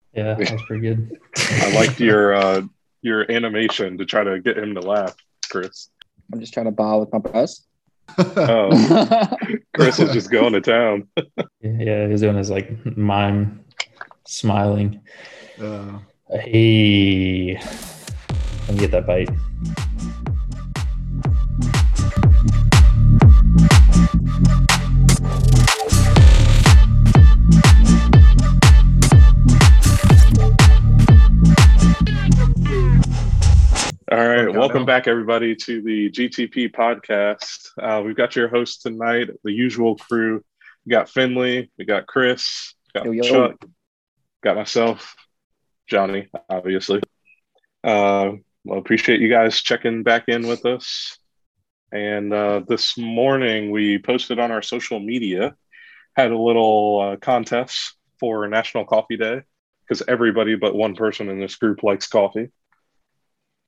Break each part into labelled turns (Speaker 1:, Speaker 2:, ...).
Speaker 1: Yeah, that's pretty good.
Speaker 2: I liked your uh, your animation to try to get him to laugh, Chris.
Speaker 3: I'm just trying to bow with my best.
Speaker 2: Oh, Chris is just going to town.
Speaker 1: Yeah, he's doing his like mime smiling.
Speaker 4: Uh,
Speaker 1: Hey, let me get that bite.
Speaker 2: All right,
Speaker 4: Oh, God.
Speaker 2: welcome back everybody to the GTP podcast. Uh, we've got your host tonight, the usual crew. We got Finley, we got Chris, got
Speaker 3: Yo, yo.
Speaker 2: Chuck, got myself, Johnny, obviously. Uh, well, appreciate you guys checking back in with us. And uh, this morning we posted on our social media, had a little uh, contest for National Coffee Day because everybody but one person in this group likes coffee.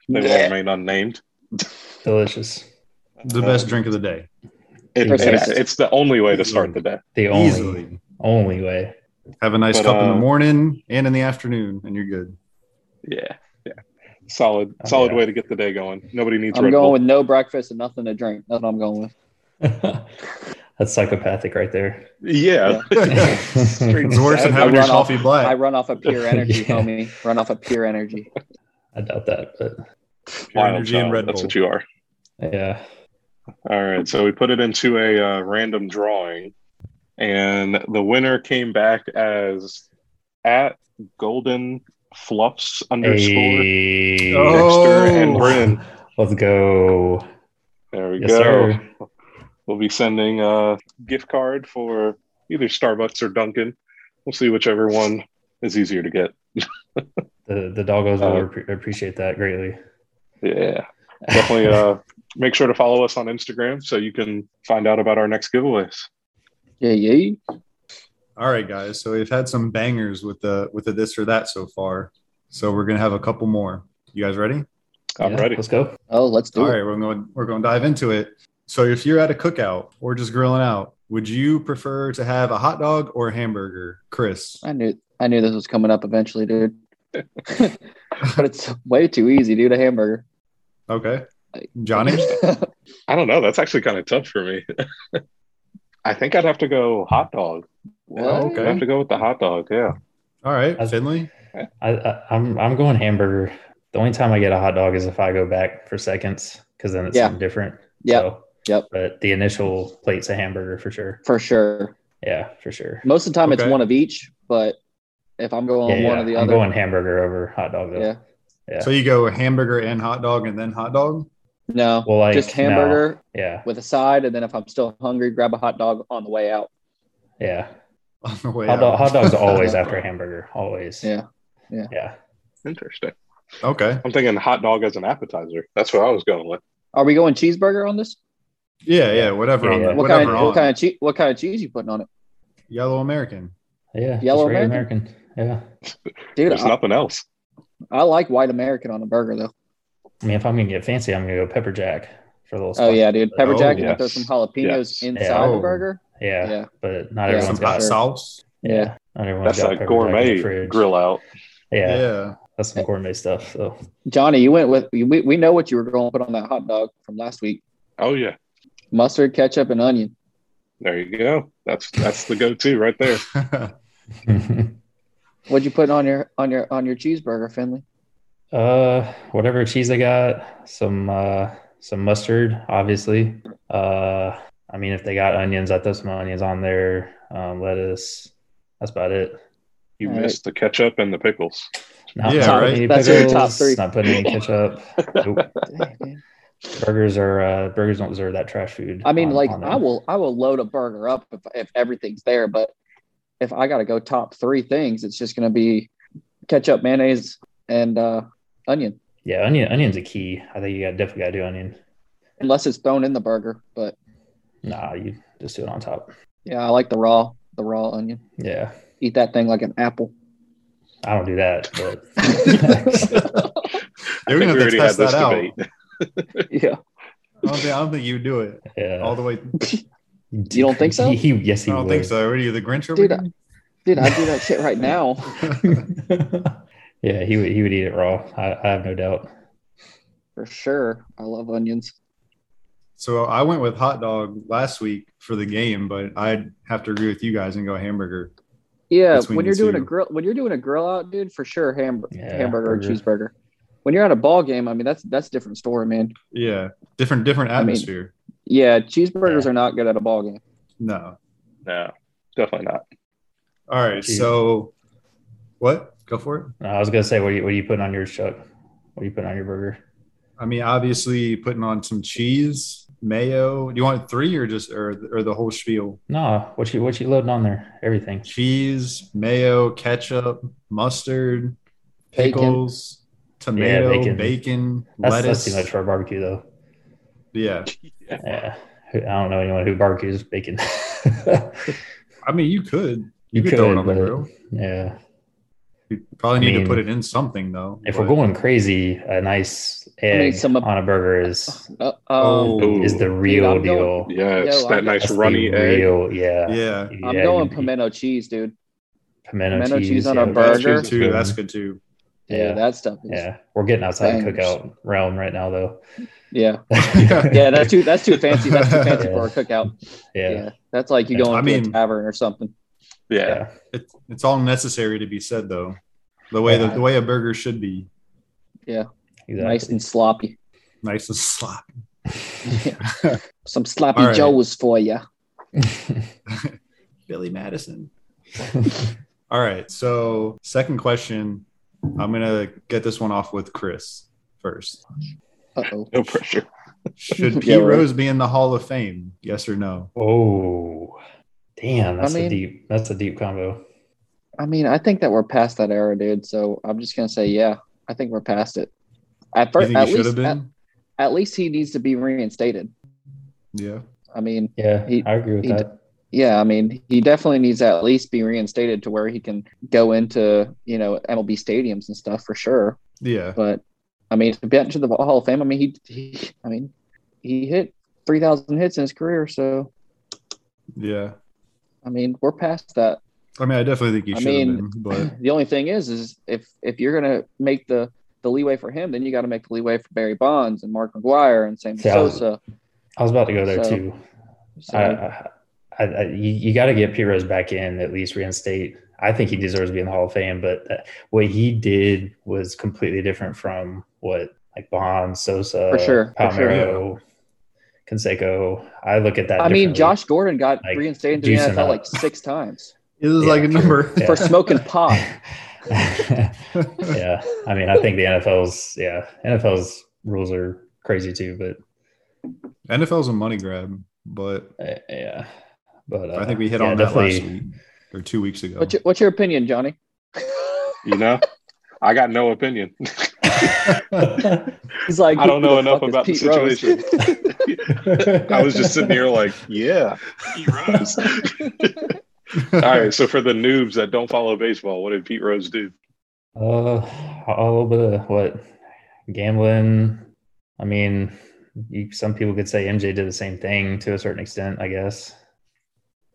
Speaker 2: They will
Speaker 3: Yeah.
Speaker 2: remain unnamed.
Speaker 1: Delicious.
Speaker 4: the best drink of the day.
Speaker 2: Um, It,
Speaker 3: Perfect.
Speaker 2: it's, it's the only way to start the day.
Speaker 1: The only
Speaker 4: Easily.
Speaker 1: only way.
Speaker 4: Have a nice
Speaker 2: But,
Speaker 4: cup in the
Speaker 2: uh,
Speaker 4: morning and in the afternoon, and you're good.
Speaker 2: Yeah, yeah. Solid,
Speaker 1: Oh,
Speaker 2: solid
Speaker 1: yeah.
Speaker 2: way to get the day going. Nobody needs.
Speaker 3: I'm
Speaker 2: Red
Speaker 3: going
Speaker 2: Bull.
Speaker 3: with no breakfast and nothing to drink. That's what I'm going with.
Speaker 1: that's psychopathic right there.
Speaker 2: Yeah,
Speaker 4: it's
Speaker 2: Straight
Speaker 4: worse than
Speaker 2: I
Speaker 4: having
Speaker 3: run
Speaker 4: your
Speaker 3: off-
Speaker 4: coffee
Speaker 3: I
Speaker 4: black.
Speaker 3: run off of pure energy,
Speaker 1: Yeah.
Speaker 3: homie. Run off of pure energy.
Speaker 1: I doubt that, but
Speaker 4: Pure
Speaker 2: wild
Speaker 4: energy and
Speaker 2: child.
Speaker 4: Red
Speaker 2: That's
Speaker 4: Bull.
Speaker 2: what you are.
Speaker 1: yeah.
Speaker 2: All right. So we put it into a uh, random drawing, and the winner came back as at Golden Fluffs underscore.
Speaker 1: Hey.
Speaker 4: Oh.
Speaker 2: Dexter and Bryn.
Speaker 1: Let's go.
Speaker 2: There we
Speaker 1: Yes,
Speaker 2: go.
Speaker 1: sir.
Speaker 2: We'll be sending a gift card for either Starbucks or Dunkin'. We'll see whichever one is easier to get.
Speaker 1: The the doggos
Speaker 2: Uh,
Speaker 1: will appre- appreciate that greatly.
Speaker 2: Yeah. definitely uh, make sure to follow us on Instagram so you can find out about our next giveaways.
Speaker 3: Yeah, yeah.
Speaker 4: All right, guys. So we've had some bangers with the with the this or that so far. So we're gonna have a couple more. You guys ready?
Speaker 2: I'm
Speaker 1: Yeah,
Speaker 2: ready.
Speaker 1: Let's go.
Speaker 3: Oh, let's do
Speaker 4: All
Speaker 3: it.
Speaker 4: right, we're going we're going to dive into it. So if you're at a cookout or just grilling out, would you prefer to have a hot dog or a hamburger, Chris?
Speaker 3: I knew I knew this was coming up eventually, dude. but it's way too easy, dude. A hamburger.
Speaker 4: Okay, Johnny.
Speaker 2: I don't know. That's actually kind of tough for me. I think I'd have to go hot dog.
Speaker 3: What?
Speaker 2: I'd have to go with the hot dog. Yeah.
Speaker 4: All right, Finley.
Speaker 1: I, I I'm I'm going hamburger. The only time I get a hot dog is if I go back for seconds because then it's
Speaker 3: Yeah.
Speaker 1: something different.
Speaker 3: Yep.
Speaker 1: So,
Speaker 3: Yep.
Speaker 1: But the initial plate's a hamburger for sure.
Speaker 3: For sure.
Speaker 1: Yeah, for sure.
Speaker 3: Most of the time,
Speaker 4: Okay.
Speaker 3: it's one of each. But if I'm going
Speaker 1: yeah,
Speaker 3: one
Speaker 1: yeah.
Speaker 3: or the
Speaker 1: I'm
Speaker 3: other,
Speaker 1: going hamburger over hot dog though.
Speaker 3: yeah.
Speaker 1: Yeah.
Speaker 4: So you go hamburger and hot dog, and then hot dog.
Speaker 3: No,
Speaker 1: Well, like
Speaker 3: just
Speaker 1: no.
Speaker 3: hamburger
Speaker 1: Yeah,
Speaker 3: with a side, and then if I'm still hungry, grab a hot dog on the way out.
Speaker 1: yeah.
Speaker 4: on the way.
Speaker 1: Hot, dog,
Speaker 4: out.
Speaker 1: hot dog's always after a hamburger. Always.
Speaker 3: Yeah.
Speaker 1: Yeah.
Speaker 2: Interesting.
Speaker 4: okay.
Speaker 2: I'm thinking hot dog as an appetizer. That's what I was going with.
Speaker 3: Are we going cheeseburger on this?
Speaker 4: Yeah, yeah. Whatever.
Speaker 1: Yeah,
Speaker 4: on the,
Speaker 1: yeah.
Speaker 3: What
Speaker 4: whatever
Speaker 3: kind? Of,
Speaker 4: on.
Speaker 3: what kind of cheese? What kind of cheese you putting on it,
Speaker 4: Yellow American.
Speaker 1: Yeah. just
Speaker 3: Yellow
Speaker 1: regular American. Yeah.
Speaker 3: dude?
Speaker 2: There's
Speaker 3: I,
Speaker 2: nothing else.
Speaker 3: I like white American on a burger though.
Speaker 1: I mean, if I'm gonna get fancy, I'm gonna go pepper jack for a little.
Speaker 3: Oh
Speaker 1: spice.
Speaker 3: yeah, dude. Pepper
Speaker 4: Oh,
Speaker 3: jack and
Speaker 2: yes.
Speaker 3: throw some jalapenos
Speaker 2: Yes.
Speaker 3: inside
Speaker 4: Yeah.
Speaker 3: the burger.
Speaker 1: yeah,
Speaker 3: Yeah.
Speaker 1: But not
Speaker 3: Yeah.
Speaker 4: Some
Speaker 1: everyone's
Speaker 3: Sounds
Speaker 4: hot
Speaker 1: got.
Speaker 3: good.
Speaker 4: sauce.
Speaker 1: Yeah. Not everyone's
Speaker 2: That's
Speaker 1: got
Speaker 2: like
Speaker 1: pepper jack in the
Speaker 2: gourmet
Speaker 1: fridge.
Speaker 2: grill out.
Speaker 4: Yeah.
Speaker 1: yeah. That's some gourmet stuff. So
Speaker 3: Johnny, you went with we, we know what you were going to put on that hot dog from last week.
Speaker 2: Oh yeah.
Speaker 3: Mustard, ketchup, and onion.
Speaker 2: There you go. That's that's the go-to right there.
Speaker 3: Mm-hmm. What'd you put on your on your on your cheeseburger, Finley?
Speaker 1: Uh, whatever cheese I got, some uh, some mustard, obviously. Uh, I mean, if they got onions, I throw some onions on there, um, lettuce. That's about it.
Speaker 2: You
Speaker 3: All right.
Speaker 2: missed the ketchup and the pickles.
Speaker 1: Not
Speaker 4: Yeah,
Speaker 1: putting
Speaker 4: right.
Speaker 1: any
Speaker 3: That's your top
Speaker 1: pickles,
Speaker 3: three.
Speaker 1: Not putting any ketchup. Nope.
Speaker 3: Dang, man.
Speaker 1: Burgers are uh, burgers don't deserve that trash food.
Speaker 3: I mean,
Speaker 1: on-
Speaker 3: like
Speaker 1: on
Speaker 3: I
Speaker 1: them.
Speaker 3: will I will load a burger up if if everything's there, but if I got to go top three things, it's just going to be ketchup, mayonnaise, and uh, onion.
Speaker 1: Yeah, onion onion's a key. I think you got definitely gotta do onion.
Speaker 3: Unless it's thrown in the burger, but
Speaker 1: Nah, you just do it on top.
Speaker 3: yeah, I like the raw the raw onion.
Speaker 1: Yeah.
Speaker 3: Eat that thing like an apple.
Speaker 1: I don't do that, but
Speaker 2: I
Speaker 4: They're
Speaker 2: think we
Speaker 4: gonna have to
Speaker 2: already had
Speaker 4: test
Speaker 2: this
Speaker 4: that out.
Speaker 2: debate.
Speaker 3: yeah,
Speaker 4: I don't think, I don't think you would do it all
Speaker 1: yeah.
Speaker 4: the way.
Speaker 3: you don't think so?
Speaker 1: He, he- yes,
Speaker 4: I
Speaker 1: he
Speaker 4: don't
Speaker 1: would.
Speaker 4: think so. What Are you the Grinch over
Speaker 3: Dude,
Speaker 4: here?
Speaker 3: Dude, I do that shit right now.
Speaker 1: yeah, he would he would eat it raw. I, I have no doubt.
Speaker 3: For sure. I love onions.
Speaker 4: so I went with hot dog last week for the game, but I'd have to agree with you guys and go hamburger.
Speaker 3: Yeah,
Speaker 4: Between
Speaker 3: when
Speaker 4: the
Speaker 3: you're doing a
Speaker 4: two.
Speaker 3: grill when you're doing a grill out, dude, for sure hamburger
Speaker 1: Yeah,
Speaker 3: hamburger or
Speaker 1: burger.
Speaker 3: cheeseburger. When you're at a ball game, I mean that's that's a different story, man.
Speaker 4: Yeah, different different
Speaker 3: I mean-
Speaker 4: atmosphere.
Speaker 3: Yeah, cheeseburgers are not good at a ball game.
Speaker 4: no.
Speaker 2: No, definitely not.
Speaker 4: All right.
Speaker 1: Jeez.
Speaker 4: So what? Go for it.
Speaker 1: No, I was gonna say, what are you what are you putting on yours, Chuck? What are you putting on your burger?
Speaker 4: I mean, obviously putting on some cheese, mayo. Do you want three or just or or the whole spiel?
Speaker 1: No, what you what you loading on there? Everything.
Speaker 4: Cheese, mayo, ketchup, mustard,
Speaker 3: Bacon.
Speaker 4: pickles, tomato,
Speaker 1: Yeah, bacon.
Speaker 4: bacon,
Speaker 1: That's, that's
Speaker 4: lettuce.
Speaker 1: too much for a barbecue though.
Speaker 4: Yeah.
Speaker 1: Yeah. Who- I don't know anyone who barbecues bacon.
Speaker 4: I mean, you could.
Speaker 1: You
Speaker 4: You, could throw it
Speaker 1: could,
Speaker 4: on the
Speaker 1: but-
Speaker 4: grill.
Speaker 1: yeah.
Speaker 4: You probably need
Speaker 1: I mean,
Speaker 4: to put it in something though.
Speaker 1: If
Speaker 4: but-
Speaker 1: we're going crazy, a nice egg
Speaker 3: some of-
Speaker 1: on a burger is
Speaker 3: Uh, um,
Speaker 4: Oh,
Speaker 2: Ooh,
Speaker 1: is the real
Speaker 3: I'm going-
Speaker 1: deal.
Speaker 2: yes,
Speaker 3: Yo,
Speaker 2: that
Speaker 3: I'm-
Speaker 2: nice
Speaker 1: That's the
Speaker 2: runny egg.
Speaker 1: real, Yeah.
Speaker 4: yeah,
Speaker 3: I'm
Speaker 1: Yeah,
Speaker 3: going
Speaker 1: you-
Speaker 3: pimento cheese, dude.
Speaker 1: pimento,
Speaker 3: pimento
Speaker 1: cheese,
Speaker 3: cheese on
Speaker 1: yeah,
Speaker 3: a
Speaker 1: that's
Speaker 3: burger.
Speaker 4: that's good too. That's good too.
Speaker 3: Yeah,
Speaker 1: Yeah.
Speaker 3: that stuff is yeah.
Speaker 1: Yeah, we're getting outside the
Speaker 3: Bangers.
Speaker 1: cookout realm right now, though.
Speaker 3: yeah.
Speaker 4: Yeah.
Speaker 3: that's too that's too fancy. That's too fancy
Speaker 1: Yeah.
Speaker 3: for a cookout. Yeah.
Speaker 1: yeah,
Speaker 3: That's like you
Speaker 1: Yeah,
Speaker 3: going
Speaker 4: I
Speaker 3: to a
Speaker 4: mean-
Speaker 3: tavern or something.
Speaker 2: Yeah.
Speaker 1: yeah.
Speaker 4: It, it's all necessary to be said though. The way the, the way a burger should be,
Speaker 1: exactly.
Speaker 3: Nice and sloppy.
Speaker 4: nice and sloppy.
Speaker 3: Some sloppy
Speaker 4: All right.
Speaker 3: joes for you.
Speaker 4: Billy Madison. All right. So, second question. I'm going to get this one off with Chris first.
Speaker 3: Uh oh.
Speaker 2: No pressure.
Speaker 4: Should Pete
Speaker 3: Yeah, right.
Speaker 4: Rose be in the Hall of Fame? Yes or no?
Speaker 1: oh, damn, that's
Speaker 3: mean-
Speaker 1: a deep. That's a deep combo.
Speaker 3: I mean, I think that we're past that era, dude. So I'm just gonna say, yeah, I think we're past it. At
Speaker 4: You
Speaker 3: first,
Speaker 4: think
Speaker 3: at
Speaker 4: he should
Speaker 3: least,
Speaker 4: have
Speaker 3: at,
Speaker 4: been?
Speaker 3: at least he needs to be reinstated.
Speaker 4: yeah.
Speaker 3: I mean,
Speaker 1: Yeah,
Speaker 3: He-
Speaker 1: I agree with
Speaker 3: he-
Speaker 1: that.
Speaker 3: yeah, I mean, he definitely needs to at least be reinstated to where he can go into you know MLB stadiums and stuff for sure.
Speaker 4: Yeah.
Speaker 3: But I mean, to get into the Hall of Fame, I mean, he, he I mean, he hit three thousand hits in his career, so
Speaker 4: Yeah.
Speaker 3: I mean, we're past that.
Speaker 4: I mean, I definitely think he
Speaker 3: I
Speaker 4: should have
Speaker 3: mean-
Speaker 4: been, but
Speaker 3: the only thing is is if if you're gonna make the the leeway for him, then you got to make the leeway for Barry Bonds and Mark McGuire and Sammy
Speaker 1: Yeah.
Speaker 3: Sosa.
Speaker 1: I was about to go there
Speaker 3: So-
Speaker 1: too.
Speaker 3: So,
Speaker 1: I, I, I, I- you you got to get Pete Rose back in at least reinstate. I think he deserves to be in the Hall of Fame, but uh, what he did was completely different from what like Bond, Sosa,
Speaker 3: For sure, for sure.
Speaker 1: Palmeiro, Canseco. I look at that.
Speaker 3: I mean,
Speaker 1: differently.
Speaker 3: Josh Gordon got
Speaker 1: Like,
Speaker 3: reinstated to the
Speaker 1: juicing
Speaker 3: NFL
Speaker 1: up.
Speaker 3: like six times
Speaker 4: it was like a
Speaker 1: true.
Speaker 4: number.
Speaker 1: Yeah.
Speaker 3: for smoking pot.
Speaker 1: yeah, I mean, I think the NFL's yeah, NFL's rules are crazy too, but
Speaker 4: NFL's a money grab, but
Speaker 1: uh, yeah, but uh,
Speaker 4: I think we hit
Speaker 1: yeah,
Speaker 4: on that last
Speaker 1: definitely.
Speaker 4: week or two weeks ago.
Speaker 3: What's your, what's your opinion, Johnny?
Speaker 2: You know, I got no opinion.
Speaker 3: He's like,
Speaker 2: I don't
Speaker 3: who
Speaker 2: know
Speaker 3: the
Speaker 2: enough
Speaker 3: fuck is
Speaker 2: about the
Speaker 3: Pete Rose?
Speaker 2: situation. I was just sitting here like, yeah, Pete Rose. All right. So for the noobs that don't follow baseball, what did Pete Rose do?
Speaker 1: Uh, a little bit of what gambling. I mean, you, some people could say MJ did the same thing to a certain extent, I guess.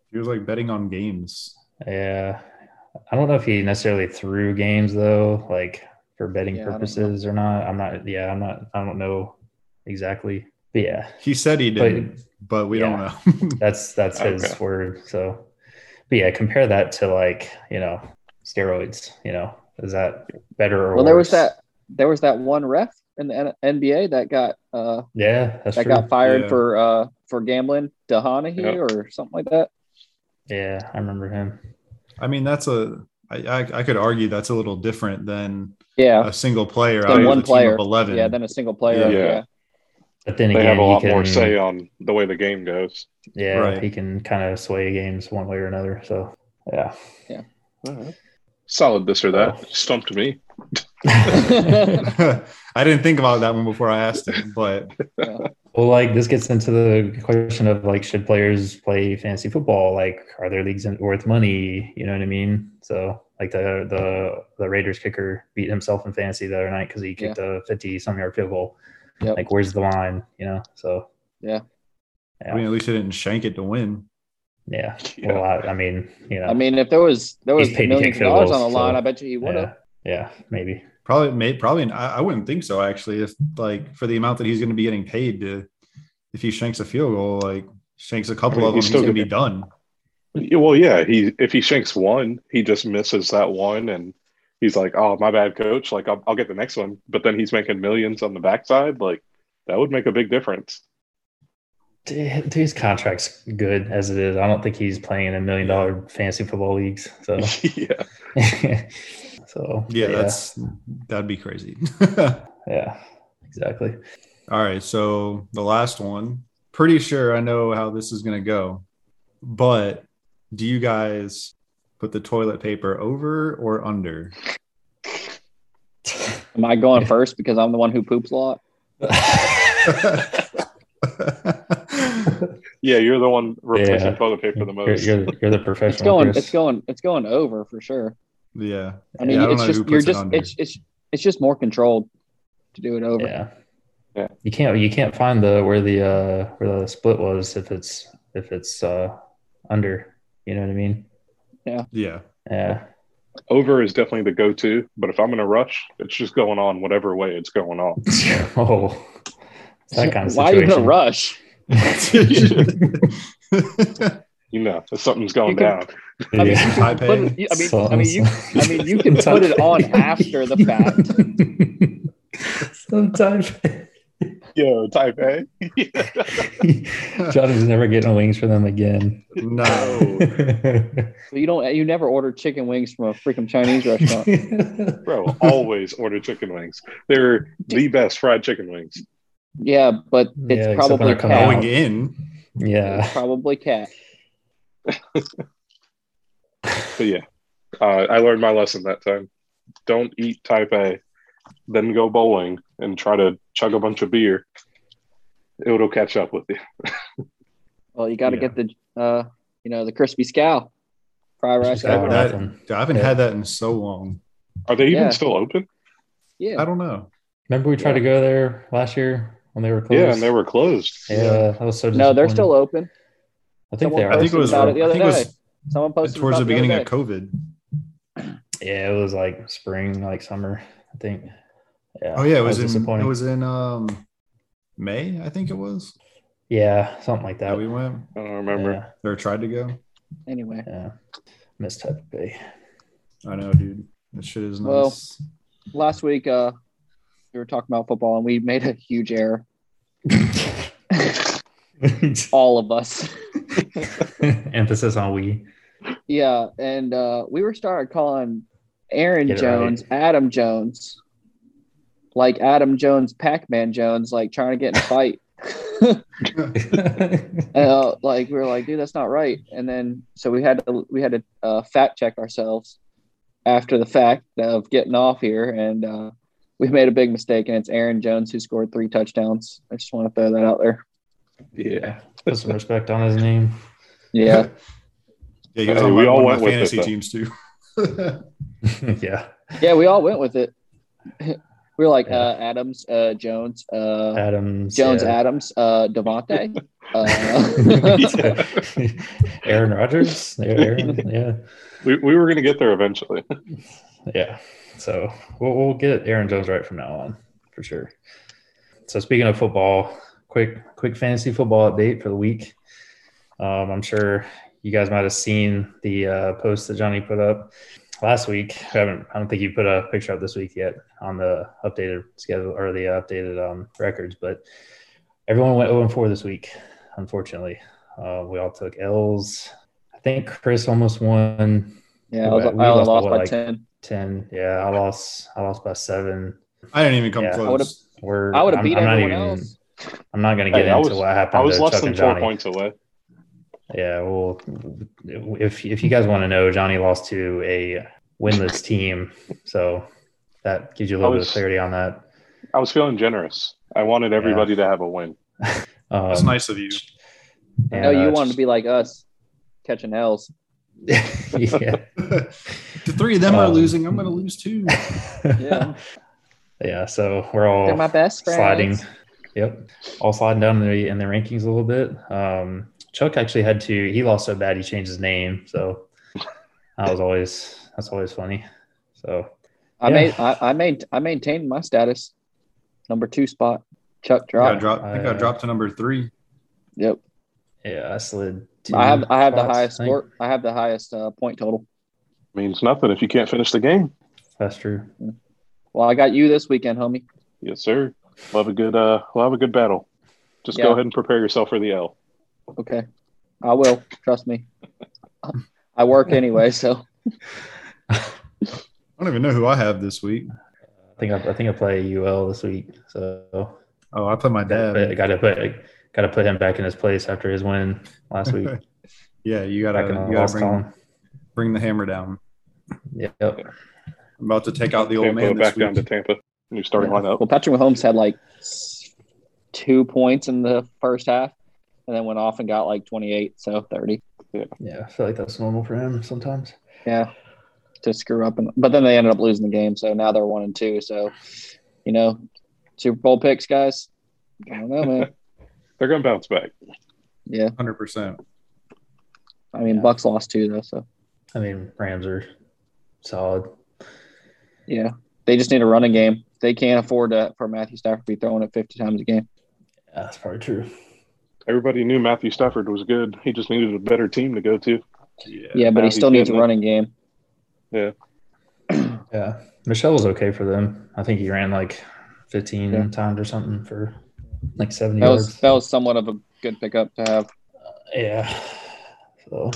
Speaker 4: He was like betting on games.
Speaker 1: Yeah, I don't know if he necessarily threw games though, like for betting
Speaker 3: Yeah, I don't know.
Speaker 1: purposes or not. I'm not. Yeah, I'm not. I don't know exactly. But yeah,
Speaker 4: He said he
Speaker 1: But-
Speaker 4: did, but we
Speaker 1: yeah.
Speaker 4: don't know.
Speaker 1: that's that's his
Speaker 2: Okay.
Speaker 1: word. So, but yeah, compare that to like you know steroids. You know, is that better or
Speaker 3: Well, there was
Speaker 1: worse?
Speaker 3: that there was that one ref in the N- NBA that got uh,
Speaker 1: Yeah, that's
Speaker 3: that
Speaker 1: true.
Speaker 3: got fired
Speaker 4: Yeah.
Speaker 3: for uh, for gambling, Dehanahy
Speaker 2: Yep.
Speaker 3: or something like that.
Speaker 1: yeah, I remember him.
Speaker 4: I mean, that's a. I, I I could argue that's a little different than
Speaker 3: Yeah,
Speaker 2: Uh,
Speaker 4: a single player
Speaker 3: Than
Speaker 4: out of
Speaker 2: one
Speaker 4: a team
Speaker 3: player.
Speaker 4: of eleven.
Speaker 3: yeah, than a single player.
Speaker 2: Yeah.
Speaker 3: yeah.
Speaker 1: But then
Speaker 2: They
Speaker 1: again,
Speaker 2: have a lot
Speaker 1: he can,
Speaker 2: more say on the way the game goes.
Speaker 1: Yeah,
Speaker 4: Right.
Speaker 1: he can kind of sway games one way or another. So yeah,
Speaker 2: Solid this or that. Stumped me.
Speaker 4: I didn't think about that one before I asked it, but
Speaker 1: well, like this gets into the question of like, should players play fantasy football? Like, are their leagues worth money? You know what I mean? So like the the the Raiders kicker beat himself in fantasy the other night because he kicked a fifty some yard field goal.
Speaker 3: Yep.
Speaker 1: Like, where's the line? You know? So
Speaker 3: Yeah.
Speaker 4: I mean, at least I didn't shank it to win.
Speaker 1: Yeah.
Speaker 2: Yeah.
Speaker 1: Well, I, I mean, you know,
Speaker 3: I mean, if there was there was
Speaker 1: He's paid to
Speaker 3: millions
Speaker 1: kick
Speaker 3: of dollars
Speaker 1: field
Speaker 3: on
Speaker 1: goals,
Speaker 3: the line,
Speaker 1: so-
Speaker 3: I bet you he would have.
Speaker 1: yeah, yeah, maybe.
Speaker 4: Probably, may, probably. I, I wouldn't think so. Actually, if like for the amount that he's going to be getting paid to, if he shanks a field goal, like shanks a couple
Speaker 2: I mean,
Speaker 4: of them,
Speaker 2: he's
Speaker 4: he's
Speaker 2: still
Speaker 4: going to
Speaker 2: gonna-
Speaker 4: be done.
Speaker 2: Yeah, Well, yeah, he if he shanks one, he just misses that one, and he's like, "Oh, my bad, coach. Like, I'll, I'll get the next one." But then he's making millions on the backside. Like, that would make a big difference.
Speaker 1: Dude, his contract's good as it is. I don't think he's playing in million dollar fantasy football leagues. So,
Speaker 2: yeah,
Speaker 1: so
Speaker 4: Yeah, that's that'd be crazy. All
Speaker 1: yeah, exactly.
Speaker 4: right, so the last one. Pretty sure I know how this is going to go, but do you guys put the toilet paper over or under?
Speaker 3: Am I going first because I'm the one who poops a lot?
Speaker 2: yeah. You're the one replacing
Speaker 1: Yeah.
Speaker 2: toilet paper the
Speaker 1: You're,
Speaker 2: most.
Speaker 1: you're, you're the
Speaker 3: It's
Speaker 1: professional.
Speaker 3: going,
Speaker 1: Chris.
Speaker 3: it's going, it's going over for sure.
Speaker 4: yeah,
Speaker 3: I mean,
Speaker 4: Yeah, I don't
Speaker 3: it's
Speaker 4: know who
Speaker 3: just
Speaker 4: puts
Speaker 3: you're
Speaker 4: it
Speaker 3: just
Speaker 4: under.
Speaker 3: it's it's it's just more controlled to do it over.
Speaker 1: Yeah.
Speaker 2: Yeah.
Speaker 1: You can't you can't find the where the uh where the split was if it's if it's uh under. You know what I mean?
Speaker 4: yeah.
Speaker 1: Yeah.
Speaker 2: Over is definitely the go-to, but if I'm in a rush, it's just going on whatever way it's going on.
Speaker 1: oh. It's that kind of
Speaker 3: Why are you in a
Speaker 1: situation.
Speaker 3: rush?
Speaker 2: You know, if something's going
Speaker 3: You can-
Speaker 2: down.
Speaker 3: I mean,
Speaker 1: Yeah.
Speaker 3: you can put it, you- I mean, I mean, you, I mean, you can put it on after the fact.
Speaker 1: fact. Sometimes
Speaker 2: Yo, type A.
Speaker 1: Johnny's never getting wings for them again.
Speaker 4: no.
Speaker 3: You don't, you never order chicken wings from a freaking Chinese restaurant.
Speaker 2: Bro, always order chicken wings. They're the best fried chicken wings.
Speaker 3: Yeah, but
Speaker 1: Yeah, except
Speaker 3: it's
Speaker 1: when
Speaker 3: probably
Speaker 1: they're coming
Speaker 3: cat.
Speaker 4: Going in.
Speaker 1: yeah.
Speaker 3: It's probably cat.
Speaker 2: But yeah, uh, I learned my lesson that time. Don't eat type A, then go bowling and try to chug a bunch of beer. It'll catch up with you.
Speaker 3: Well, you got to
Speaker 4: Yeah.
Speaker 3: get the, uh, you know, the crispy scow, fried rice.
Speaker 1: That would
Speaker 3: scow.
Speaker 4: that-
Speaker 1: happen.
Speaker 4: Dude, I haven't
Speaker 1: Yeah.
Speaker 4: had that in so long.
Speaker 2: Are they even
Speaker 3: Yeah.
Speaker 2: still open?
Speaker 3: Yeah,
Speaker 4: I don't know.
Speaker 1: Remember we tried to go there last year when they were closed?
Speaker 2: Yeah, and they were closed.
Speaker 1: Yeah, that was so
Speaker 3: no, they're
Speaker 1: disappointing.
Speaker 3: still open.
Speaker 1: I think they
Speaker 3: someone
Speaker 1: are.
Speaker 4: I think it was.
Speaker 3: about it the
Speaker 4: I
Speaker 3: other
Speaker 4: think it was
Speaker 3: day. Someone posted
Speaker 4: towards the
Speaker 3: about
Speaker 4: beginning
Speaker 3: other
Speaker 4: of COVID.
Speaker 1: Yeah, it was like spring, like summer, I think. Yeah.
Speaker 4: Oh yeah, it
Speaker 1: that
Speaker 4: was, in. It
Speaker 1: disappointing.
Speaker 4: was in um May, I think it was.
Speaker 1: yeah, something like
Speaker 4: That
Speaker 1: that.
Speaker 4: we went
Speaker 2: I don't remember.
Speaker 4: or tried to go.
Speaker 3: day. Anyway,
Speaker 1: Yeah, yeah. Miss Type A.
Speaker 4: I know, dude. That shit is nice.
Speaker 3: Well- last week uh, we were talking about football and we made a huge error. All of us.
Speaker 1: Emphasis on we.
Speaker 3: yeah, and uh, we were started calling Aaron
Speaker 1: Get it right.
Speaker 3: Jones, Adam Jones, like Adam Jones, Pac Man Jones, like trying to get in a fight. And, uh, like we were like, dude, that's not right. And then so we had to we had to uh, fact check ourselves after the fact of getting off here, and uh, we made a big mistake. And it's Aaron Jones who scored three touchdowns. I just want to throw that out there.
Speaker 2: Yeah.
Speaker 1: Put some respect on his name.
Speaker 3: Yeah,
Speaker 4: yeah, he was
Speaker 2: Hey,
Speaker 4: on
Speaker 2: we
Speaker 4: my,
Speaker 2: all
Speaker 4: one of
Speaker 2: went
Speaker 4: my
Speaker 2: with it,
Speaker 4: fantasy
Speaker 2: though.
Speaker 4: teams too.
Speaker 1: yeah.
Speaker 3: yeah, we all went with it. we were like
Speaker 1: Yeah.
Speaker 3: uh, Adams, uh, Jones, uh,
Speaker 1: Adams.
Speaker 3: Jones,
Speaker 1: yeah.
Speaker 3: Adams, uh, Devontae. Uh,
Speaker 1: Aaron Rodgers. Aaron, yeah.
Speaker 2: We, we were going to get there eventually.
Speaker 1: Yeah. So we'll, we'll get Aaron Jones right from now on for sure. So speaking of football, quick quick fantasy football update for the week. Um, I'm sure you guys might have seen the uh, post that Johnny put up last week. I haven't. I don't think you put a picture up this week yet on the updated schedule or the updated um, records. But everyone went 0 and 4 this week. Unfortunately, uh, we all took L's. I think Chris almost won
Speaker 3: yeah, I, was, I
Speaker 1: We lost
Speaker 3: lost,
Speaker 1: by
Speaker 3: by
Speaker 1: what, like-
Speaker 3: ten.
Speaker 1: 10 yeah i lost i lost by seven
Speaker 4: I didn't even come
Speaker 1: Yeah. I
Speaker 3: would've-
Speaker 4: close.
Speaker 1: we're
Speaker 3: I would have
Speaker 1: I'm-
Speaker 3: beat
Speaker 1: I'm
Speaker 3: everyone
Speaker 1: not even,
Speaker 3: else.
Speaker 1: i'm not gonna get
Speaker 2: Hey, I
Speaker 1: into
Speaker 2: was-
Speaker 1: what happened
Speaker 2: I was
Speaker 1: to
Speaker 2: less
Speaker 1: Chuck
Speaker 2: than
Speaker 1: and
Speaker 2: four
Speaker 1: johnny
Speaker 2: points away.
Speaker 1: yeah well if if you guys want to know johnny lost to a winless team so that gives you a little
Speaker 2: I
Speaker 1: bit
Speaker 2: was-
Speaker 1: of clarity on that
Speaker 2: I was feeling generous. I wanted everybody to have a win.
Speaker 1: um, uh,
Speaker 4: That's nice of you.
Speaker 3: I know you wanted to be like us, catching L's.
Speaker 1: be yeah
Speaker 4: the three of them are
Speaker 1: Um,
Speaker 4: losing. I'm going to lose too.
Speaker 3: Yeah.
Speaker 1: yeah so we're all
Speaker 3: They're my best friends.
Speaker 1: sliding. Yep, all sliding down in the in the rankings a little bit. Um, Chuck actually had to. He lost so bad he changed his name. So that was always that's always funny. So
Speaker 3: I
Speaker 1: Yeah.
Speaker 3: made I, I made I maintained my status, number two spot. Chuck
Speaker 4: I,
Speaker 3: dropped.
Speaker 4: got dropped, I think I
Speaker 1: Uh,
Speaker 4: dropped to number three.
Speaker 3: Yep.
Speaker 1: yeah, I slid. two
Speaker 3: I have I have the
Speaker 1: spots,
Speaker 3: highest
Speaker 1: I think.
Speaker 3: score. I have the highest uh, point total.
Speaker 2: Means nothing if you can't finish the game.
Speaker 1: That's true.
Speaker 3: Well, I got you this weekend, homie.
Speaker 2: Yes, sir. We'll have a good uh we'll have a good battle. Just
Speaker 3: Yeah.
Speaker 2: go ahead and prepare yourself for the L.
Speaker 3: Okay, I will. Trust me. I work anyway, so
Speaker 4: I don't even know who I have this week.
Speaker 1: I think I, I think I play UL this week. So
Speaker 4: Oh, I put my
Speaker 1: got
Speaker 4: dad.
Speaker 1: to gotta put gotta put him back in his place after his win last week.
Speaker 4: yeah, you gotta,
Speaker 1: back in the
Speaker 4: you gotta
Speaker 1: loss
Speaker 4: bring,
Speaker 1: column.
Speaker 4: bring the hammer down.
Speaker 1: Yep.
Speaker 4: I'm about to take out the old
Speaker 2: Tampa
Speaker 4: man
Speaker 2: back
Speaker 4: this
Speaker 2: down to
Speaker 4: week.
Speaker 2: Tampa. New starting
Speaker 3: Well,
Speaker 2: lineup.
Speaker 3: Patrick Mahomes had like s- two points in the first half, and then went off and got like twenty eight, so thirty.
Speaker 1: Yeah, I feel like that's normal for him sometimes.
Speaker 3: Yeah, to screw up, and, but then they ended up losing the game, so now they're one and two. So, you know, Super Bowl picks, guys. I don't know, man.
Speaker 2: They're gonna bounce back.
Speaker 3: Yeah,
Speaker 4: Hundred percent.
Speaker 3: I mean,
Speaker 1: Yeah.
Speaker 3: Bucks lost too, though, so
Speaker 1: I mean, Rams are solid.
Speaker 3: yeah, they just need a running game. They can't afford to, for Matthew Stafford to be throwing it fifty times a game.
Speaker 1: Yeah, that's probably true.
Speaker 2: Everybody knew Matthew Stafford was good. He just needed a better team to go to.
Speaker 3: Yeah, but
Speaker 2: now
Speaker 3: he
Speaker 2: he's
Speaker 3: still needs a
Speaker 2: getting it.
Speaker 3: running game.
Speaker 1: Yeah, Michelle was okay for them. I think he ran like 15
Speaker 3: Yeah.
Speaker 1: times or something for like 70
Speaker 3: That
Speaker 1: yards.
Speaker 3: was that was somewhat of a good pickup to have.
Speaker 1: yeah. So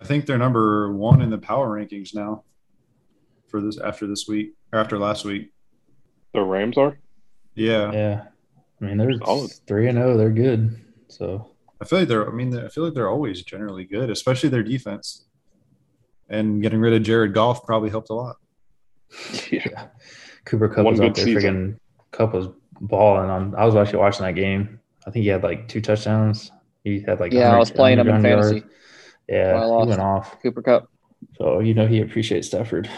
Speaker 4: I think they're number one in the power rankings now for this after this week or after last week.
Speaker 2: The Rams are.
Speaker 4: Yeah.
Speaker 1: yeah, I mean they're
Speaker 2: Solid.
Speaker 1: three and zero. They're good. So
Speaker 4: I feel like they're. I mean, I feel like they're always generally good, especially their defense. And getting rid of Jared Goff probably helped a lot.
Speaker 1: yeah, Cooper Cup
Speaker 2: One
Speaker 1: was out
Speaker 2: good
Speaker 1: there.
Speaker 2: season.
Speaker 1: Freaking Cup was balling on. I was actually watching that game. I think he had like two touchdowns. He had like
Speaker 3: Yeah,
Speaker 1: 100
Speaker 3: I was playing him in
Speaker 1: 100 yards.
Speaker 3: fantasy.
Speaker 1: Yeah,
Speaker 3: When I
Speaker 1: he
Speaker 3: lost.
Speaker 1: went off.
Speaker 3: Cooper Cup.
Speaker 1: So you know he appreciates Stafford.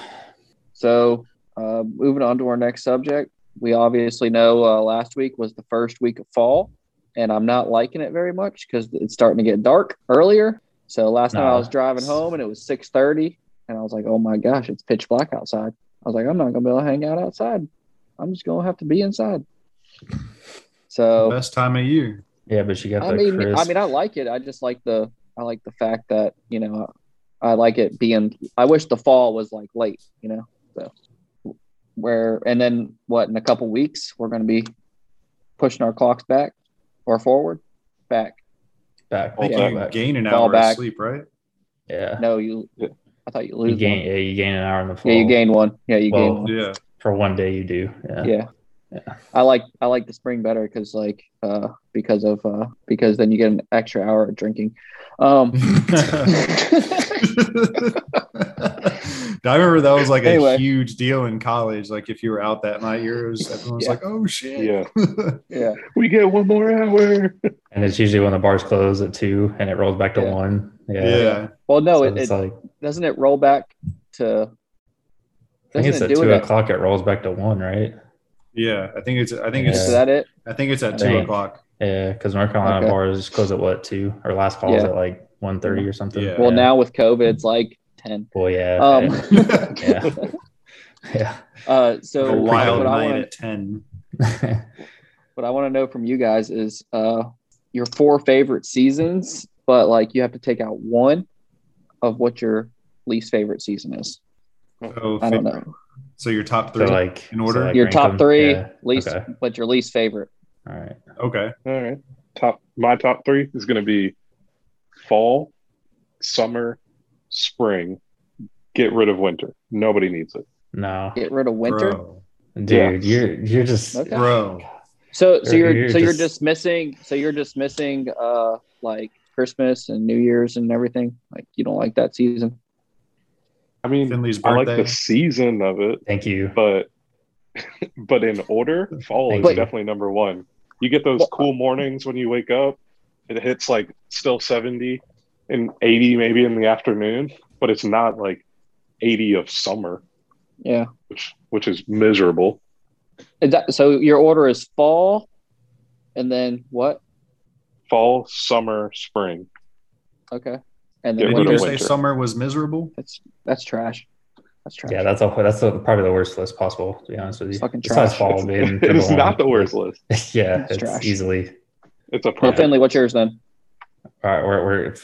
Speaker 3: So, uh, moving on to our next subject, we obviously know uh, last week was the first week of fall, and I'm not liking it very much because it's starting to get dark earlier. So last night I
Speaker 1: Nah.
Speaker 3: was driving home and it was 6:30, and I was like, "Oh my gosh, it's pitch black outside." I was like, "I'm not gonna be able to hang out outside. I'm just gonna have to be inside." So
Speaker 4: Best time of year.
Speaker 1: Yeah, but you got
Speaker 3: I
Speaker 1: the
Speaker 3: mean,
Speaker 1: crisp.
Speaker 3: I mean, I like it. I just like the I like the fact that you know I like it being. I wish the fall was like late, you know. So where and then what in a couple weeks we're going to be pushing our clocks back or forward, back.
Speaker 1: back,
Speaker 4: I think
Speaker 1: yeah,
Speaker 4: you
Speaker 1: back.
Speaker 4: gain an
Speaker 3: Fall
Speaker 4: hour
Speaker 3: back.
Speaker 4: of sleep, right?
Speaker 1: Yeah,
Speaker 3: No, you. I thought you lose.
Speaker 1: you gain.
Speaker 3: One.
Speaker 1: Yeah, you gain an hour in the fall.
Speaker 3: Yeah, you gain one. Yeah, you
Speaker 1: Well,
Speaker 3: gain one.
Speaker 4: Yeah.
Speaker 1: for one day. You do. Yeah.
Speaker 3: Yeah. I like I like the spring better because like uh because of uh because then you get an extra hour of drinking. Um
Speaker 4: I remember that was like
Speaker 3: Anyway.
Speaker 4: a huge deal in college. Like if you were out that night, it was, everyone was
Speaker 3: Yeah.
Speaker 4: like, "Oh shit!"
Speaker 2: Yeah.
Speaker 3: yeah.
Speaker 2: We get one more hour.
Speaker 1: And it's usually when the bars close at two, and it rolls back to
Speaker 3: Yeah.
Speaker 1: one.
Speaker 4: Yeah.
Speaker 1: Yeah.
Speaker 3: Well, no,
Speaker 1: So
Speaker 3: it,
Speaker 1: it's
Speaker 3: it
Speaker 1: like
Speaker 3: doesn't it roll back to
Speaker 1: I think it's
Speaker 3: doesn't
Speaker 1: at
Speaker 3: it do
Speaker 1: two
Speaker 3: it at-
Speaker 1: o'clock. It rolls back to one, right?
Speaker 4: Yeah. I think it's. I think
Speaker 1: Yeah.
Speaker 3: is
Speaker 4: it's.
Speaker 3: that it
Speaker 4: I think it's at
Speaker 1: I
Speaker 4: two
Speaker 1: think-
Speaker 4: o'clock.
Speaker 1: Yeah, because North Carolina
Speaker 3: Okay.
Speaker 1: bars close at what two or last call is
Speaker 3: Yeah.
Speaker 1: at like one thirty or something.
Speaker 4: Yeah.
Speaker 3: well now with covid it's like 10
Speaker 1: Well, yeah.
Speaker 3: um
Speaker 1: yeah. yeah.
Speaker 3: uh so
Speaker 4: a
Speaker 1: Wild
Speaker 4: wild
Speaker 3: what, I
Speaker 4: night
Speaker 3: wanna,
Speaker 4: at ten.
Speaker 3: what i want to know from you guys is uh your four favorite seasons but like you have to take out one of what your least favorite season is
Speaker 4: So,
Speaker 3: i don't know
Speaker 4: Oh, so your top
Speaker 1: so
Speaker 4: three.
Speaker 1: like
Speaker 4: in order?
Speaker 1: so, like,
Speaker 3: your
Speaker 1: rank
Speaker 3: top
Speaker 1: them?
Speaker 3: three
Speaker 1: Yeah.
Speaker 3: least
Speaker 1: Okay.
Speaker 3: but your least favorite
Speaker 1: All right.
Speaker 4: okay.
Speaker 2: All right. Top my top three is gonna be fall, summer, spring. Get rid of winter. Nobody needs it.
Speaker 1: No,
Speaker 3: get rid of winter
Speaker 4: Bro.
Speaker 1: dude,
Speaker 2: Yeah.
Speaker 1: you're you're just
Speaker 3: Okay.
Speaker 4: Bro.
Speaker 3: so so
Speaker 1: Or
Speaker 3: you're,
Speaker 1: you're
Speaker 3: so you're
Speaker 1: just-
Speaker 3: dismissing so you're dismissing uh like christmas and new year's and everything like you don't like that season
Speaker 2: I mean
Speaker 4: Finley's
Speaker 2: I like
Speaker 4: birthday.
Speaker 2: the season of it,
Speaker 1: thank you.
Speaker 2: but but in order, fall is
Speaker 1: But-
Speaker 2: definitely number one. You get those
Speaker 3: Well-
Speaker 2: cool mornings when you wake up. It hits like still seventy and eighty maybe in the afternoon, but it's not like eighty of summer,
Speaker 3: yeah
Speaker 2: which which is miserable.
Speaker 3: Is that, so your order is fall, and then what?
Speaker 2: Fall, summer, spring.
Speaker 3: Okay. And
Speaker 2: Yeah, What
Speaker 3: then
Speaker 4: Did you
Speaker 2: a
Speaker 4: just
Speaker 3: winter.
Speaker 4: say
Speaker 2: winter.
Speaker 4: summer was miserable?
Speaker 3: That's that's trash. That's trash.
Speaker 1: Yeah, that's all, that's the, probably the worst list possible. To be honest with you,
Speaker 3: It's fucking
Speaker 1: Besides
Speaker 3: trash.
Speaker 1: fall being
Speaker 2: it is
Speaker 1: number
Speaker 2: not the
Speaker 1: one.
Speaker 2: worst list.
Speaker 1: yeah,
Speaker 3: It's
Speaker 1: it's
Speaker 3: trash.
Speaker 1: easily.
Speaker 2: It's a
Speaker 3: Well,
Speaker 2: perfect.
Speaker 3: Finley, what's yours then?
Speaker 1: All right, we're, we're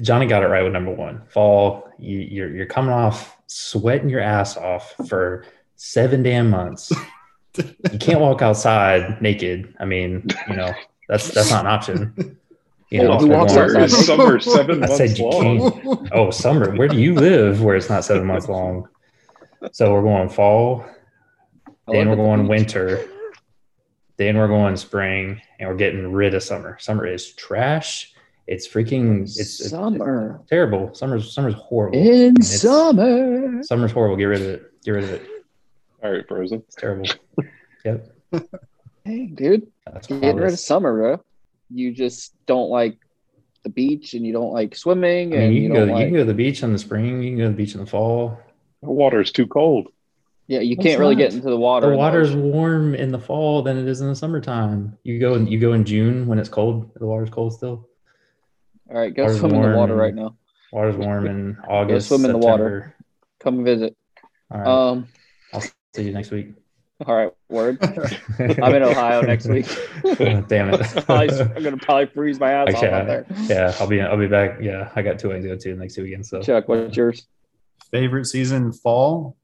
Speaker 1: Johnny got it right with number one. Fall, you, you're you're coming off sweating your ass off for seven damn months. you can't walk outside naked. I mean, you know that's that's not an option. You
Speaker 3: Well,
Speaker 1: know,
Speaker 3: who
Speaker 1: for
Speaker 3: walks
Speaker 1: long.
Speaker 2: Summer
Speaker 3: outside?
Speaker 2: is summer seven
Speaker 1: I
Speaker 2: months
Speaker 1: said you
Speaker 2: long.
Speaker 1: can't. Oh, summer. Where do you live where it's not seven months long? So we're going fall,
Speaker 3: I
Speaker 1: then
Speaker 3: love
Speaker 1: we're
Speaker 3: it.
Speaker 1: going winter, then we're going spring, and we're getting rid of summer. Summer is trash. It's freaking it's, it's
Speaker 3: summer.
Speaker 1: terrible. Summer's summer's horrible.
Speaker 3: In
Speaker 1: it's-
Speaker 3: summer.
Speaker 1: Summer's horrible. Get rid of it. Get rid of it.
Speaker 2: All right, Frozen.
Speaker 1: It's terrible.
Speaker 3: Hey, dude.
Speaker 1: That's my
Speaker 3: Getting rid of
Speaker 1: list.
Speaker 3: summer, bro. You just don't like the beach and you don't like swimming
Speaker 1: I
Speaker 3: and
Speaker 1: mean, you
Speaker 3: you
Speaker 1: can
Speaker 3: don't
Speaker 1: go. You
Speaker 3: like
Speaker 1: can go to the beach in the spring. You can go to the beach in the fall.
Speaker 2: The water is too cold.
Speaker 3: Yeah, you
Speaker 1: No,
Speaker 3: can't
Speaker 1: it's
Speaker 3: really
Speaker 1: not.
Speaker 3: get into the water.
Speaker 1: The
Speaker 3: in
Speaker 1: water's
Speaker 3: those.
Speaker 1: warm in the fall than it is in the summertime. You go in, you go in June when it's cold. The water's cold still.
Speaker 3: All right, go
Speaker 1: water's
Speaker 3: swim in the
Speaker 1: warm
Speaker 3: water
Speaker 1: and-
Speaker 3: right now.
Speaker 1: Water's warm in August.
Speaker 3: swim in the water.
Speaker 1: September.
Speaker 3: Come visit.
Speaker 1: All right.
Speaker 3: Um
Speaker 1: See you next week.
Speaker 3: all right, word. I'm in Ohio next week.
Speaker 1: Damn
Speaker 3: I'm probably-
Speaker 1: it.
Speaker 3: I'm gonna probably freeze my ass off
Speaker 1: Okay.
Speaker 3: out there.
Speaker 1: yeah, I'll be I'll be back. Yeah, I got two I need to go to next weekend. So
Speaker 3: Chuck, what's yours?
Speaker 4: Favorite season fall.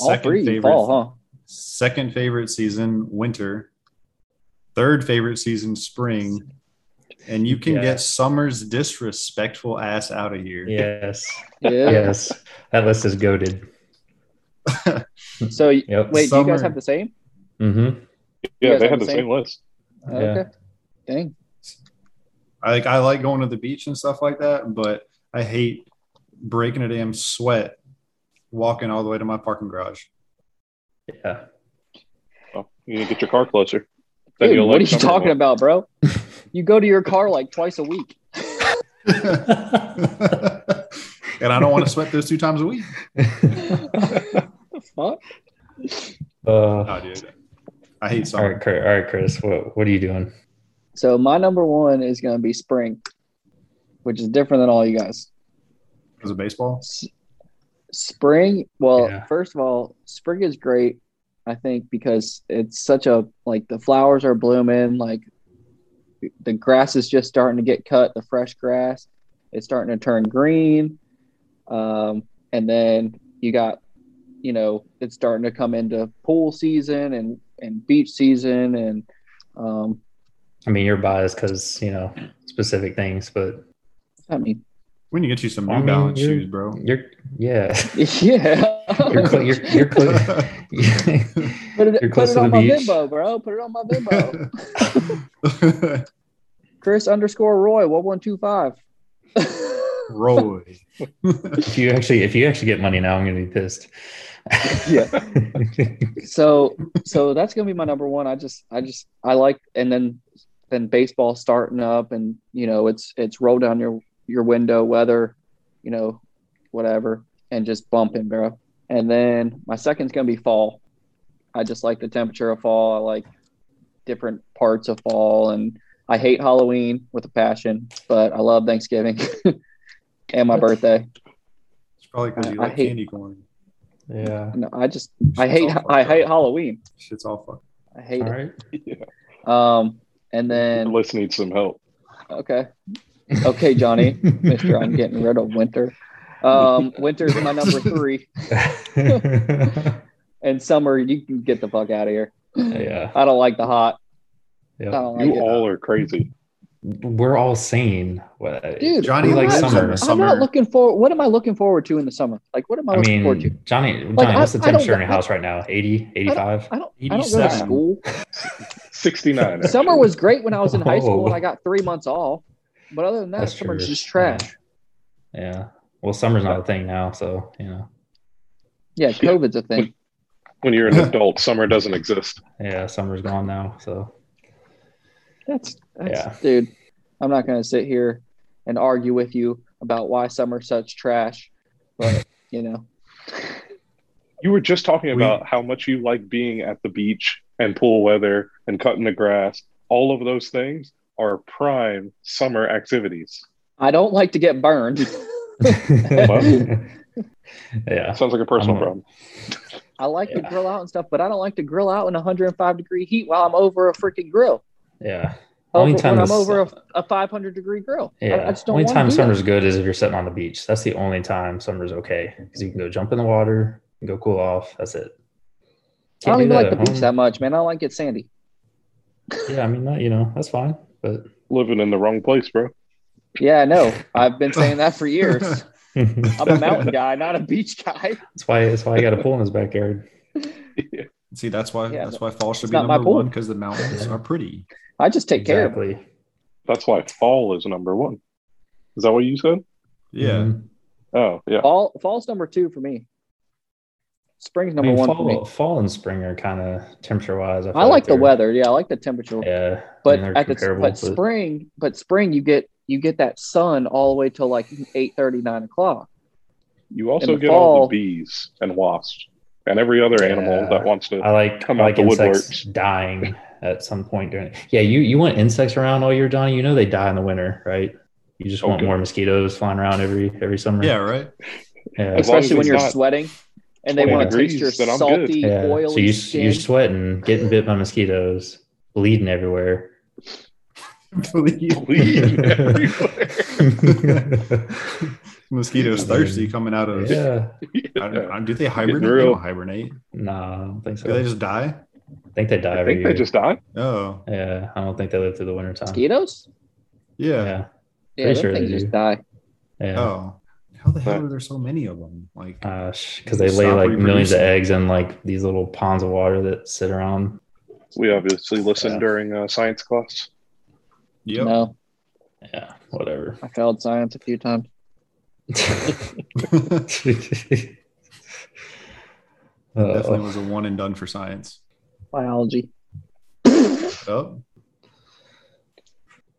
Speaker 3: All three fall, huh?
Speaker 4: Second favorite season winter. Third favorite season spring. And you can
Speaker 1: Yeah.
Speaker 4: get summer's disrespectful ass out of here.
Speaker 1: yes,
Speaker 3: Yeah.
Speaker 1: yes, that list is goaded.
Speaker 3: So wait,
Speaker 1: Yep.
Speaker 3: do you guys
Speaker 4: Summer.
Speaker 3: have the same?
Speaker 1: Mm-hmm.
Speaker 2: Yeah,
Speaker 3: guys
Speaker 2: they
Speaker 3: have
Speaker 2: had
Speaker 3: the
Speaker 2: the same list.
Speaker 1: Yeah.
Speaker 3: Okay. Dang.
Speaker 4: I like I like going to the beach and stuff like that, but I hate breaking a damn sweat walking all the way to my parking garage.
Speaker 1: Yeah.
Speaker 2: Well, Oh, you need to get your car closer. Then
Speaker 3: Dude,
Speaker 2: you'll
Speaker 3: what are
Speaker 2: like
Speaker 3: you
Speaker 2: summer
Speaker 3: talking
Speaker 2: more.
Speaker 3: about, bro? You go to your car like twice a week.
Speaker 4: and I don't want to sweat those two times a week.
Speaker 3: Fuck.
Speaker 1: Uh,
Speaker 4: No, dude. I hate
Speaker 1: all
Speaker 4: summer.
Speaker 1: right, Chris, all right, Chris. What what are you doing?
Speaker 3: So my number one is gonna be spring, which is different than all you guys.
Speaker 4: Because of baseball.
Speaker 3: S- spring well
Speaker 1: Yeah.
Speaker 3: first of all spring is great i think because it's such a like the flowers are blooming like the grass is just starting to get cut the fresh grass it's starting to turn green um, and then you got you know it's starting to come into pool season and and beach season and um,
Speaker 1: I mean, you're biased because you know specific things, but
Speaker 3: i mean
Speaker 4: We need to get you some
Speaker 1: I
Speaker 4: New
Speaker 1: mean,
Speaker 4: Balance
Speaker 1: you're-
Speaker 4: shoes, bro.
Speaker 1: you're yeah.
Speaker 3: yeah
Speaker 1: You're cl- you're you're, cl-
Speaker 3: put
Speaker 1: you're
Speaker 3: it, put
Speaker 1: close
Speaker 3: it
Speaker 1: to the
Speaker 3: on my
Speaker 1: beach.
Speaker 3: bimbo bro put it on my bimbo Chris underscore Roy one one two five.
Speaker 4: Roy.
Speaker 1: If you actually if you actually get money now, I'm gonna be pissed.
Speaker 3: Yeah. So so that's gonna be my number one. I just I just I like and then then baseball starting up and you know it's it's roll down your your window weather, you know, whatever, and just bumping, bro. And then my second's gonna be fall. I just like the temperature of fall. I like different parts of fall and I hate Halloween with a passion, but I love Thanksgiving and my birthday.
Speaker 4: It's probably because you
Speaker 3: I- I
Speaker 4: like
Speaker 3: hate-
Speaker 4: candy corn.
Speaker 1: yeah.
Speaker 3: No, I just I hate
Speaker 4: Shit's all
Speaker 3: I
Speaker 4: fucked
Speaker 3: hate
Speaker 4: up.
Speaker 3: Halloween.
Speaker 4: Shit's all fucked.
Speaker 3: I hate
Speaker 1: All right.
Speaker 3: it. Um, and
Speaker 2: The
Speaker 3: then
Speaker 2: list needs some help.
Speaker 3: okay, okay, Johnny, Mister, I'm getting rid of winter. Um, winter's my number three, and summer you can get the fuck out of here.
Speaker 1: yeah.
Speaker 3: I don't like the hot. Oh, I
Speaker 1: yeah.
Speaker 3: don't like
Speaker 2: You
Speaker 3: it.
Speaker 2: all are crazy.
Speaker 1: We're all sane. What-
Speaker 3: Dude,
Speaker 4: Johnny
Speaker 3: I'm
Speaker 1: likes
Speaker 3: not-
Speaker 1: summer.
Speaker 3: I'm not
Speaker 4: Summer.
Speaker 3: looking for. What am I looking forward to in the summer? Like, what am I
Speaker 1: I
Speaker 3: looking forward to?
Speaker 1: mean, Johnny, Johnny,
Speaker 3: I-
Speaker 1: what's the
Speaker 3: I don't
Speaker 1: temperature in
Speaker 3: know.
Speaker 1: your house right now? 80, 85?
Speaker 3: I don't. I don't go to
Speaker 4: 87.
Speaker 3: school.
Speaker 2: 69.
Speaker 3: Summer was great when I was in high school
Speaker 1: Whoa.
Speaker 3: and I got three months off. But other than that,
Speaker 1: That's
Speaker 3: summer's
Speaker 1: true.
Speaker 3: just trash.
Speaker 1: Yeah. Well, summer's not a thing now, so you know.
Speaker 3: Yeah, COVID's a thing.
Speaker 2: When you're an adult, summer doesn't exist.
Speaker 1: Yeah, summer's gone now, so
Speaker 3: That's, that's
Speaker 1: Yeah.
Speaker 3: dude. I'm not gonna sit here and argue with you about why some are such trash, but you know,
Speaker 2: You were just talking
Speaker 4: We-
Speaker 2: about how much you like being at the beach and pool weather and cutting the grass. All of those things are prime summer activities.
Speaker 3: I don't like to get burned.
Speaker 1: yeah.
Speaker 2: Sounds like a personal
Speaker 1: I'm-
Speaker 2: problem.
Speaker 3: I like to
Speaker 1: Yeah.
Speaker 3: grill out and stuff, but I don't like to grill out in 105 degree heat while I'm over a freaking grill.
Speaker 1: Yeah.
Speaker 3: Over,
Speaker 1: Only time
Speaker 3: when I'm
Speaker 1: this-
Speaker 3: over a, a 500 degree grill. I-
Speaker 1: Yeah.
Speaker 3: I, just don't
Speaker 1: only
Speaker 3: want
Speaker 1: time
Speaker 3: to do that.
Speaker 1: summer's good is if you're sitting on the beach. That's the only time summer's okay because you can go jump in the water and go cool off. That's it.
Speaker 3: I
Speaker 1: Can't
Speaker 3: don't
Speaker 1: do
Speaker 3: even
Speaker 1: that
Speaker 3: like the
Speaker 1: at
Speaker 3: beach
Speaker 1: home.
Speaker 3: that much, man. I don't like it sandy.
Speaker 1: Yeah, I mean, not, you know, that's fine. But
Speaker 2: Living in the wrong place, bro.
Speaker 3: Yeah, I know. I've been saying that for years.
Speaker 1: that's
Speaker 3: I'm a mountain guy, not a beach guy.
Speaker 1: why that's why I got a pool in his backyard.
Speaker 4: See, that's why
Speaker 3: Yeah,
Speaker 4: that's why fall should be
Speaker 3: not my
Speaker 4: number
Speaker 3: pool.
Speaker 4: one because the mountains
Speaker 1: Yeah.
Speaker 4: are pretty.
Speaker 3: I just take care of it.
Speaker 1: exactly.
Speaker 2: That's why fall is number one. Is that what you said?
Speaker 4: Yeah,
Speaker 1: Mhm.
Speaker 2: Oh, yeah.
Speaker 3: Fall, fall's number two for me. Spring's
Speaker 1: I
Speaker 3: number
Speaker 1: mean,
Speaker 3: one for
Speaker 1: fall,
Speaker 3: me.
Speaker 1: fall and spring are kind of temperature wise.
Speaker 3: I like the weather. Yeah, I like the temperature.
Speaker 1: Yeah. I
Speaker 3: but
Speaker 1: mean, they're
Speaker 3: at the
Speaker 1: comparable,
Speaker 3: but spring, but spring you get you get that sun all the way till like eight thirty nine o'clock.
Speaker 2: You also
Speaker 3: the
Speaker 2: get all
Speaker 3: fall-
Speaker 2: the bees and wasps and every other animal
Speaker 1: Yeah.
Speaker 2: that wants to.
Speaker 1: I like I
Speaker 2: Come out
Speaker 1: like
Speaker 2: the
Speaker 1: insects dying at some point during. Yeah, you you want insects around all year, Johnny. You know they die in the winter, right? You just want
Speaker 2: Okay.
Speaker 1: more mosquitoes flying around every every summer.
Speaker 4: yeah, right.
Speaker 1: yeah,
Speaker 2: As long as
Speaker 3: Especially when
Speaker 2: it's
Speaker 3: you're
Speaker 2: not
Speaker 3: sweating and they
Speaker 2: 20
Speaker 3: want to taste
Speaker 2: degrees,
Speaker 3: your
Speaker 2: then I'm
Speaker 3: salty,
Speaker 1: yeah.
Speaker 3: oily
Speaker 1: So you
Speaker 3: skin.
Speaker 1: you're sweating, getting bit by mosquitoes, bleeding everywhere.
Speaker 2: Bleed everywhere.
Speaker 4: Mosquitoes thirsty coming out of.
Speaker 1: yeah,
Speaker 4: I don't, I, do they hibernate?
Speaker 2: Getting real-
Speaker 4: They don't hibernate.
Speaker 1: nah, I don't think so.
Speaker 4: Do they just
Speaker 1: I
Speaker 4: die?
Speaker 1: think they die
Speaker 2: I
Speaker 1: every
Speaker 2: think
Speaker 1: year.
Speaker 2: they just die.
Speaker 4: Oh,
Speaker 1: yeah, I don't think they live through the winter time.
Speaker 3: Mosquitoes?
Speaker 4: yeah.
Speaker 1: Yeah,
Speaker 3: Yeah,
Speaker 1: Pretty
Speaker 3: those
Speaker 1: sure
Speaker 3: things
Speaker 1: they
Speaker 3: just
Speaker 1: do.
Speaker 3: die.
Speaker 1: yeah.
Speaker 4: Oh, how the hell
Speaker 2: But-
Speaker 4: are there so many of them? Like,
Speaker 3: Uh,
Speaker 1: because they
Speaker 4: Stop
Speaker 1: lay like millions of
Speaker 4: reproducing.
Speaker 1: eggs in like these little ponds of water that sit around.
Speaker 2: We obviously listened
Speaker 1: Yeah.
Speaker 2: during uh, science class.
Speaker 4: yep.
Speaker 3: No,
Speaker 1: Yeah, whatever.
Speaker 3: I failed science a few times.
Speaker 1: Definitely
Speaker 4: Definitely was a one and done for science.
Speaker 3: Biology.
Speaker 4: Yep.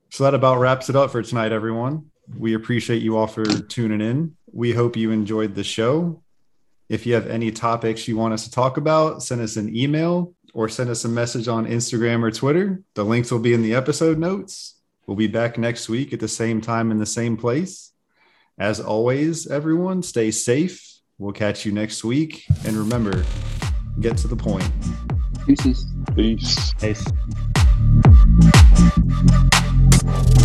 Speaker 4: So that about wraps it up for tonight, everyone. We appreciate you all for tuning in. We hope you enjoyed the show. If you have any topics you want us to talk about, send us an email or send us a message on Instagram or Twitter. The links will be in the episode notes. We'll be back next week at the same time in the same place. As always, everyone, stay safe. We'll catch you next week. And remember, get to the point.
Speaker 3: Deuces.
Speaker 2: Peace.
Speaker 1: Nice.